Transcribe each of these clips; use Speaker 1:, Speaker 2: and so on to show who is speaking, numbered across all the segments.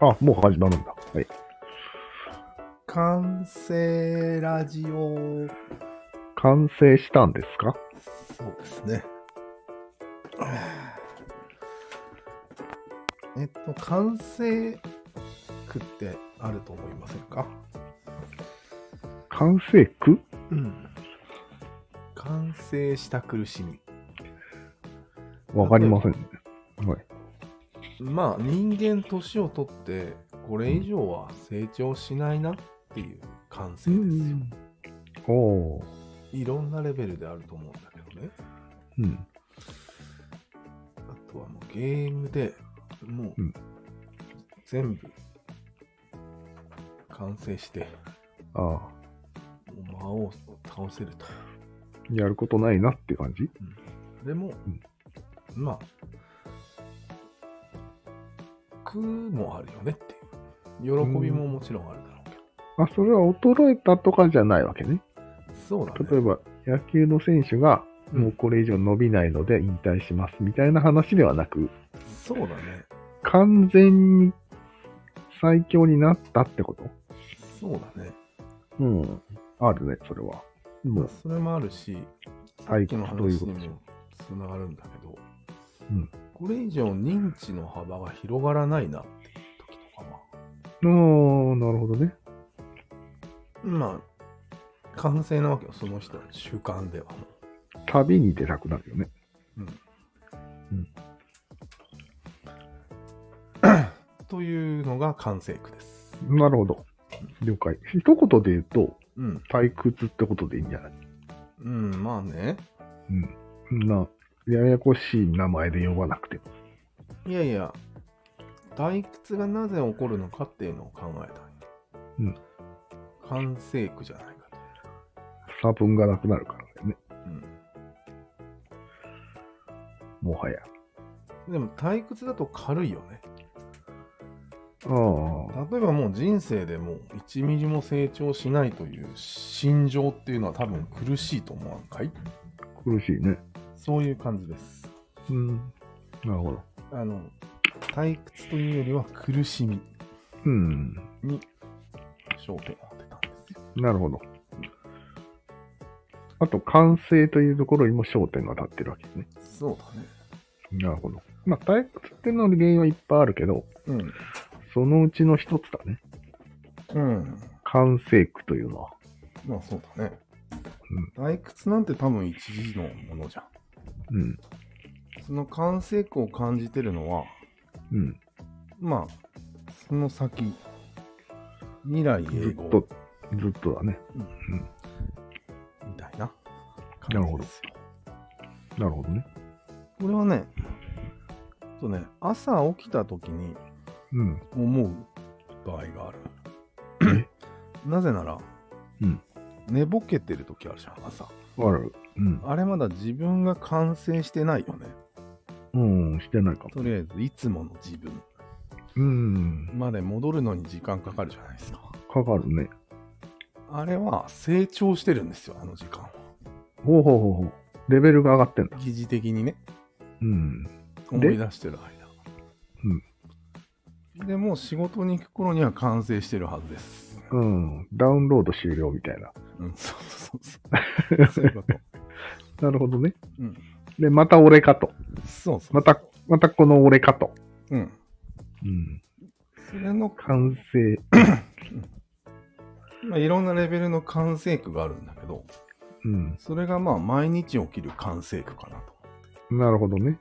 Speaker 1: あ、もう始まるんだ。はい。
Speaker 2: 完成ラジオ。
Speaker 1: 完成したんですか
Speaker 2: そうですね。 えっと、完成句ってあると思いませんか
Speaker 1: 完成句
Speaker 2: うん。完成した苦しみ。
Speaker 1: わかりませんね。はい。
Speaker 2: まあ、人間年をとって、これ以上は成長しないなっていう完成ですよ。
Speaker 1: おお
Speaker 2: いろんなレベルであると思うんだけどね。
Speaker 1: ー。うん。
Speaker 2: あとはもうゲームでも
Speaker 1: う
Speaker 2: う
Speaker 1: ん
Speaker 2: 全部完成して、
Speaker 1: ああ。
Speaker 2: もう魔王を倒せると。
Speaker 1: やることないなって感じ
Speaker 2: でも、
Speaker 1: うん
Speaker 2: まあ、苦もあるよねっていう。喜びももちろんあるだろうけど。
Speaker 1: あ、それは衰えたとかじゃないわけね。
Speaker 2: そうだね。
Speaker 1: 例えば、野球の選手が、
Speaker 2: うん
Speaker 1: もうこれ以上伸びないので引退しますみたいな話ではなく、
Speaker 2: そうだね。
Speaker 1: 完全に最強になったってこと
Speaker 2: そうだね。
Speaker 1: うん。あるね、それは。もう、
Speaker 2: それもあるし、さ
Speaker 1: はい
Speaker 2: っきの
Speaker 1: どういうこ
Speaker 2: 話
Speaker 1: と
Speaker 2: に
Speaker 1: でしょ
Speaker 2: もつながるんだけど、
Speaker 1: うん
Speaker 2: これ以上認知の幅が広がらないなっていう時とかは、
Speaker 1: あーなるほどね。
Speaker 2: まあ、完成なわけよ、その人の習慣ではも
Speaker 1: 旅に出たくなるよね。
Speaker 2: う。うん
Speaker 1: うん
Speaker 2: というのが完成句です。
Speaker 1: なるほど。了解。一言で言うと、
Speaker 2: うん。
Speaker 1: 退屈ってことでいいんじゃない
Speaker 2: うん、まあね。
Speaker 1: うん。そんな、ややこしい名前で呼ばなくても。
Speaker 2: いやいや、退屈がなぜ起こるのかっていうのを考えたんよ完成句じゃないかと。
Speaker 1: 差分がなくなるからだよね。
Speaker 2: う
Speaker 1: もはや。
Speaker 2: ん。でも退屈だと軽いよね。
Speaker 1: ああ。
Speaker 2: 例えばもう人生でもう1ミリも成長しないという心情っていうのは多分苦しいと思わんかい
Speaker 1: 苦しいね。
Speaker 2: そういう感じです。
Speaker 1: うん。なるほど。
Speaker 2: あの、退屈というよりは苦しみ
Speaker 1: うん。
Speaker 2: に焦点を当てたんですよ。
Speaker 1: なるほど。あと、完成というところにも焦点が立ってるわけね。
Speaker 2: そうだね。
Speaker 1: なるほど。まあ、退屈っていうのの原因はいっぱいあるけど、そのうちの一つだね。
Speaker 2: うん。うん。
Speaker 1: 完成句というのは。
Speaker 2: まあそうだね。退屈なんて多分一時のものじゃん。
Speaker 1: うん。
Speaker 2: その完成句を感じてるのは、
Speaker 1: うん。
Speaker 2: まあ、その先、未来
Speaker 1: ず
Speaker 2: 永
Speaker 1: っ
Speaker 2: 劫
Speaker 1: と、ずっとだね。
Speaker 2: みたいな
Speaker 1: なる
Speaker 2: 感じ
Speaker 1: ほど
Speaker 2: ですよ。
Speaker 1: なるほどね。
Speaker 2: これはね、そうね、朝起きた時に
Speaker 1: うん。
Speaker 2: 思う場合がある。 なぜなら、
Speaker 1: うん
Speaker 2: 寝ぼけてる時あるじゃん、朝。
Speaker 1: ある。うん。
Speaker 2: あれまだ自分が完成してないよね。
Speaker 1: うん、してないかも。
Speaker 2: とりあえず、いつもの自分
Speaker 1: うん。
Speaker 2: まで戻るのに時間かかるじゃないですか。
Speaker 1: かかるね。
Speaker 2: あれは成長してるんですよ、あの時間は。
Speaker 1: ほうほうほうほう。レベルが上がってんだ。
Speaker 2: 記事的にね、
Speaker 1: うん。
Speaker 2: 思
Speaker 1: で
Speaker 2: い出してる間。でもう仕事に行く頃には完成してるはずです。
Speaker 1: うん。ダウンロード終了みたいな。
Speaker 2: うん、 そうそうそうそう。そういうこと。
Speaker 1: なるほどね。
Speaker 2: うん。
Speaker 1: で、また俺かと。
Speaker 2: そうそう。
Speaker 1: また、またこの俺かと。
Speaker 2: うん。
Speaker 1: うん。
Speaker 2: それの、
Speaker 1: 完成。
Speaker 2: まあ、いろんなレベルの完成句があるんだけど、
Speaker 1: うん。
Speaker 2: それがまあ、毎日起きる完成句かなと。
Speaker 1: なるほどね。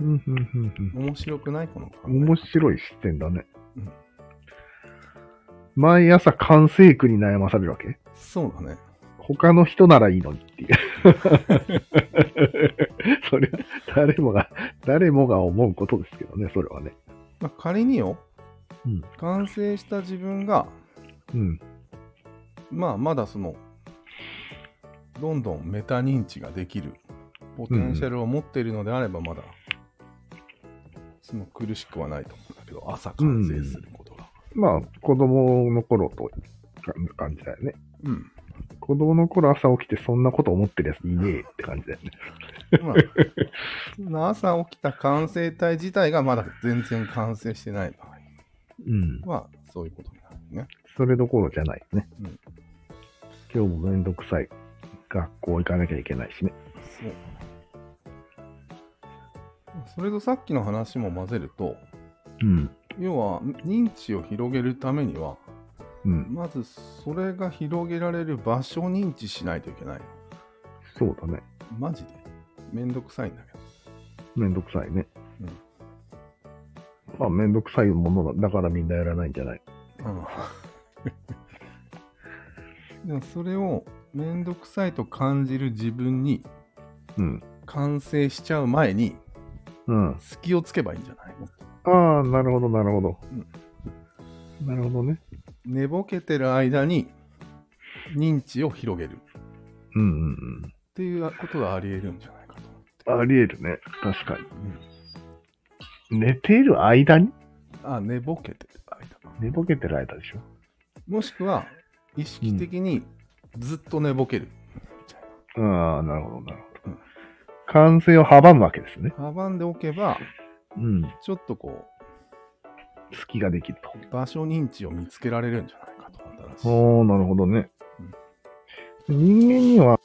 Speaker 1: うん、うん、うん、
Speaker 2: 面白くないこの考え
Speaker 1: うん。面白い視点だね
Speaker 2: うん。
Speaker 1: 毎朝完成句に悩まされるわけ
Speaker 2: そうだね。
Speaker 1: 他の人ならいいのにっていう。 それは誰もが、誰もが思うことですけどね、それはね。
Speaker 2: まあ、仮によ、
Speaker 1: うん
Speaker 2: 完成した自分が、
Speaker 1: うん。
Speaker 2: まあ、まだその、どんどんメタ認知ができるポテンシャルを持っているのであれば、まだ、その苦しくはないと思うんだけど、朝完成することが。
Speaker 1: まあ、子供の頃と感じだよね。
Speaker 2: うん
Speaker 1: 子供の頃朝起きてそんなこと思ってるやついねえって感じだよね。
Speaker 2: まあ、 そんな朝起きた完成体自体がまだ全然完成してない場合。
Speaker 1: うん。
Speaker 2: は、そういうことになるね。
Speaker 1: それどころじゃないね。
Speaker 2: うん
Speaker 1: 今日もめんどくさい。学校行かなきゃいけないしね。
Speaker 2: そう。それとさっきの話も混ぜると、
Speaker 1: うん。
Speaker 2: 要は認知を広げるためには、
Speaker 1: うん。
Speaker 2: まずそれが広げられる場所を認知しないといけないの。
Speaker 1: そうだね。
Speaker 2: マジで。めんどくさいんだけど。
Speaker 1: めんどくさいね。
Speaker 2: うん
Speaker 1: まあ、めんどくさいものだだからみんなやらないんじゃない
Speaker 2: うん でもそれをめんどくさいと感じる自分に
Speaker 1: うん。
Speaker 2: 完成しちゃう前に
Speaker 1: うん。
Speaker 2: 隙をつけばいいんじゃないの
Speaker 1: ああ、なるほど、なるほど。なるほどね。
Speaker 2: 寝ぼけてる間に認知を広げるっ
Speaker 1: うんうん
Speaker 2: ていうことがあり得るんじゃないかと
Speaker 1: うん。あり得るね。確か
Speaker 2: 思って、
Speaker 1: に。寝ている間に
Speaker 2: うんあ寝ぼけてる間
Speaker 1: 寝ぼけてる間でしょ。
Speaker 2: もしくは意識的にずっと寝ぼける、
Speaker 1: ああ、なるほど、なるほ
Speaker 2: うん
Speaker 1: ど。完成を阻むわけですね。
Speaker 2: 阻んでおけば
Speaker 1: うん。
Speaker 2: ちょっとこ
Speaker 1: 隙ができると。
Speaker 2: う場所認知を見つけられるんじゃないかと思っ
Speaker 1: おー、なるほどね。人間には、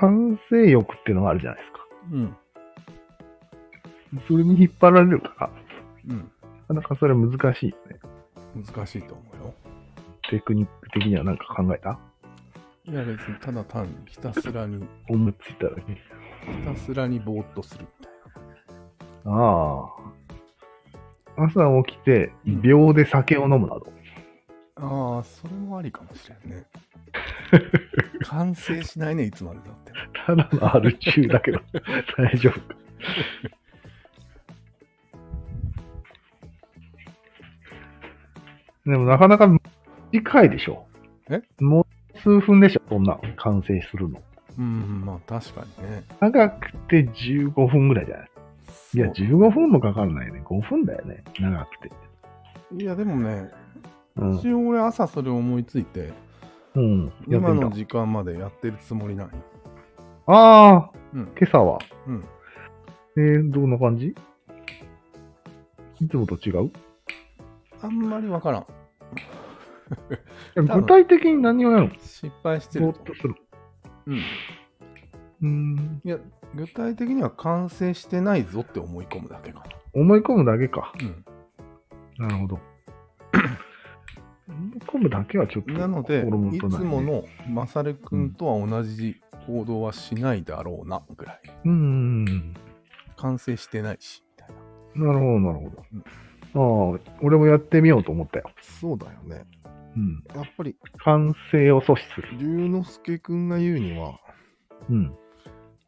Speaker 1: 完成欲っていうのがあるじゃないです
Speaker 2: たらしいうん
Speaker 1: か。それに引っ張られるから、
Speaker 2: うん
Speaker 1: なかなかそれ難しいよね。
Speaker 2: 難しいと思うよ。
Speaker 1: テクニック的には何か考えた
Speaker 2: いや別にただ単にひたすらに、
Speaker 1: 思いついただけ。
Speaker 2: ひたすらにぼーっとするみたい
Speaker 1: ああ。朝起きて、
Speaker 2: うん
Speaker 1: 秒で酒を飲むなど。
Speaker 2: な。ああ、それもありかもしれん ね。完成しないね、いつまでだって。
Speaker 1: ただのアル中だけど、 大丈夫か。でもなかなか短いでしょ。
Speaker 2: え
Speaker 1: もう数分でしょ、そんなの完成するの。
Speaker 2: うん、まあ確かにね。
Speaker 1: 長くて15分ぐらいじゃないいや、
Speaker 2: そう
Speaker 1: 15分もかかんないね。5分だよね、長くて。
Speaker 2: いやでもね、
Speaker 1: うん。
Speaker 2: 一応俺朝それ思いついて、
Speaker 1: うん、やって
Speaker 2: 今
Speaker 1: み
Speaker 2: の
Speaker 1: た。
Speaker 2: 時間までやってるつもりない。
Speaker 1: ああ、
Speaker 2: うん、
Speaker 1: 今朝は。
Speaker 2: うん。
Speaker 1: えー、どんな感じいつもと違う
Speaker 2: あんまりわからん。分
Speaker 1: 具体的に何をやるの
Speaker 2: 失敗して
Speaker 1: ぼー
Speaker 2: る
Speaker 1: っ
Speaker 2: と。
Speaker 1: とする。
Speaker 2: うん。いう
Speaker 1: ーん。
Speaker 2: や、具体的には完成してないぞって思い込むだけかな。
Speaker 1: 思い込むだけか。
Speaker 2: うん。
Speaker 1: なるほど。 思い込むだけはちょっと
Speaker 2: なので、
Speaker 1: 心も
Speaker 2: い
Speaker 1: と
Speaker 2: つ
Speaker 1: ない、ね。
Speaker 2: も。のマサル君とは同じ行動はしないだろうなぐらい。
Speaker 1: うーん。な
Speaker 2: 完成してないし、みたいな。
Speaker 1: るほど、なるほど。ああ、俺もやってみようと思ったよ。
Speaker 2: そうだよね。
Speaker 1: うん。
Speaker 2: やっぱり、
Speaker 1: 完成を阻止する。
Speaker 2: 龍之介君が言うには、
Speaker 1: うん。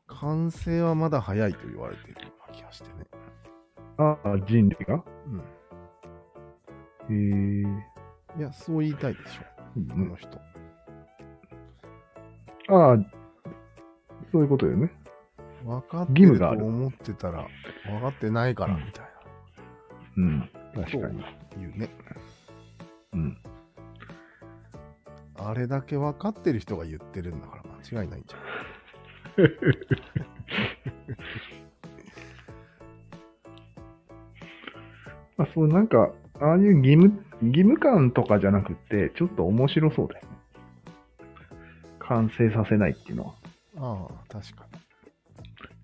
Speaker 2: 完成はまだ早いと言われているような気がしてね。
Speaker 1: ああ、人類がええ
Speaker 2: うん。いや、そう言いたいでしょ、あの人。
Speaker 1: ああ、そういうことよね。
Speaker 3: 分かって
Speaker 1: 義務
Speaker 3: ると
Speaker 1: がある
Speaker 3: 思ってたら分かってないからみたい
Speaker 1: うん。確かに。
Speaker 3: な言うね、
Speaker 1: うん。
Speaker 3: あれだけ分かってる人が言ってるんだから間違いないんじゃない
Speaker 1: まあ、そうなんか、ああいう義務、義務感とかじゃなくて、ちょっと面白そうだよね。完成させないっていうのは。
Speaker 3: ああ確かに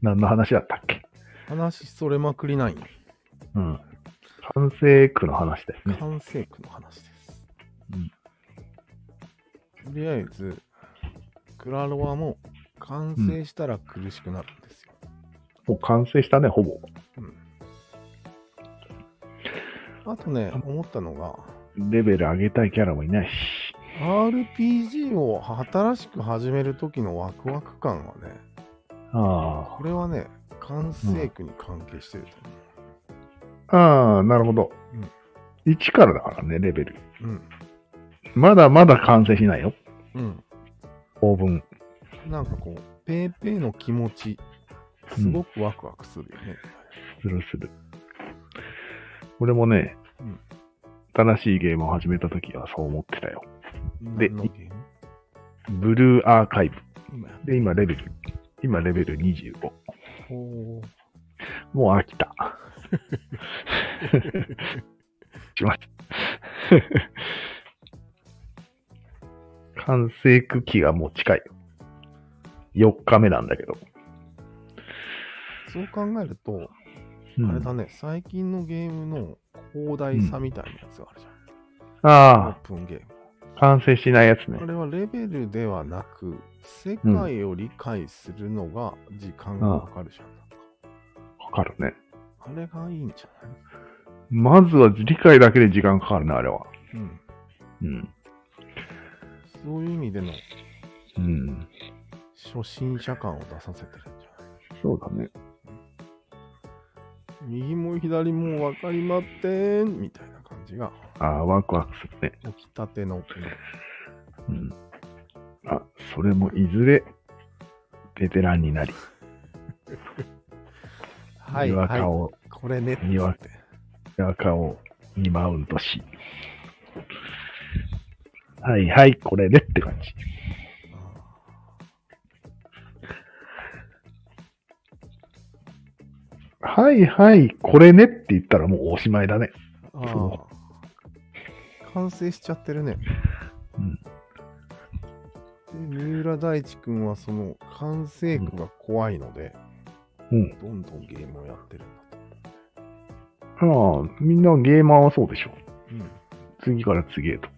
Speaker 1: 何の話だったっけ
Speaker 2: 話それまくりないよ
Speaker 1: うん。完成句の話だよね。
Speaker 2: 完成句の話です。
Speaker 1: うん
Speaker 2: とりあえず、クラロワも完成したら苦しくなるんですよ。
Speaker 1: もう完成したね、ほぼ。
Speaker 2: あとね、思ったのが、
Speaker 1: レベル上げたいキャラもいないし。
Speaker 2: RPG を新しく始める時のワクワク感はね、
Speaker 1: あ
Speaker 2: これはね、完成句に関係してる
Speaker 1: あ。
Speaker 2: と
Speaker 1: ああ、なるほど。1からだからね、レベル。
Speaker 2: 思う。
Speaker 1: まだまだ完成しないよ。
Speaker 2: うん。
Speaker 1: 当分。
Speaker 2: うん。なんかこう、ペーペーの気持ち、すごくワクワクするよね。
Speaker 1: するする。俺もね、
Speaker 2: うん
Speaker 1: 新しいゲームを始めた時はそう思ってたよ。で
Speaker 2: 何のゲーム
Speaker 1: ブルーアーカイブ。
Speaker 2: 今やっ
Speaker 1: で、今レベル、今レベル25。
Speaker 2: こう
Speaker 1: もう飽きた。ちます。完成区期がもう近いよ。4日目なんだけど。
Speaker 2: そう考えると、
Speaker 1: うん
Speaker 2: あれだね、最近のゲームの広大さみたいなやつがあるじゃん。オ
Speaker 1: あ
Speaker 2: ープンゲーム。
Speaker 1: あ、完成しないやつね
Speaker 2: あ。れはレベルではなく、世界を理解するのが時間がかかるじゃん。
Speaker 1: わかるね。
Speaker 2: あれがいいんじゃない
Speaker 1: まずは理解だけで時間かかるな、あれは。
Speaker 2: うん。
Speaker 1: うん。
Speaker 2: そういう意味での
Speaker 1: うん。
Speaker 2: 初心者感を出させてるんじゃない
Speaker 1: そうだね。
Speaker 2: 右も左も分かりまってんみたいな感じが
Speaker 1: ああ、ワクワクするね。
Speaker 2: 起きたての
Speaker 1: うん。あ、それもいずれ、ベテランになり、
Speaker 2: はい
Speaker 1: にわ
Speaker 2: はい
Speaker 1: かを、
Speaker 2: これねっ
Speaker 1: にわ
Speaker 2: つって
Speaker 1: にわかを2マウントし、はいはい、これでって感じ。はいはい、これねって言ったらもうおしまいだね。
Speaker 2: あー完成しちゃってるね
Speaker 1: うん
Speaker 2: で三浦大知君はその完成句が怖いので、
Speaker 1: うん
Speaker 2: どんどんゲームをやってるんだと
Speaker 1: ああ、みんなゲーマーはそうでしょ。
Speaker 2: 思う、
Speaker 1: 次から次へと。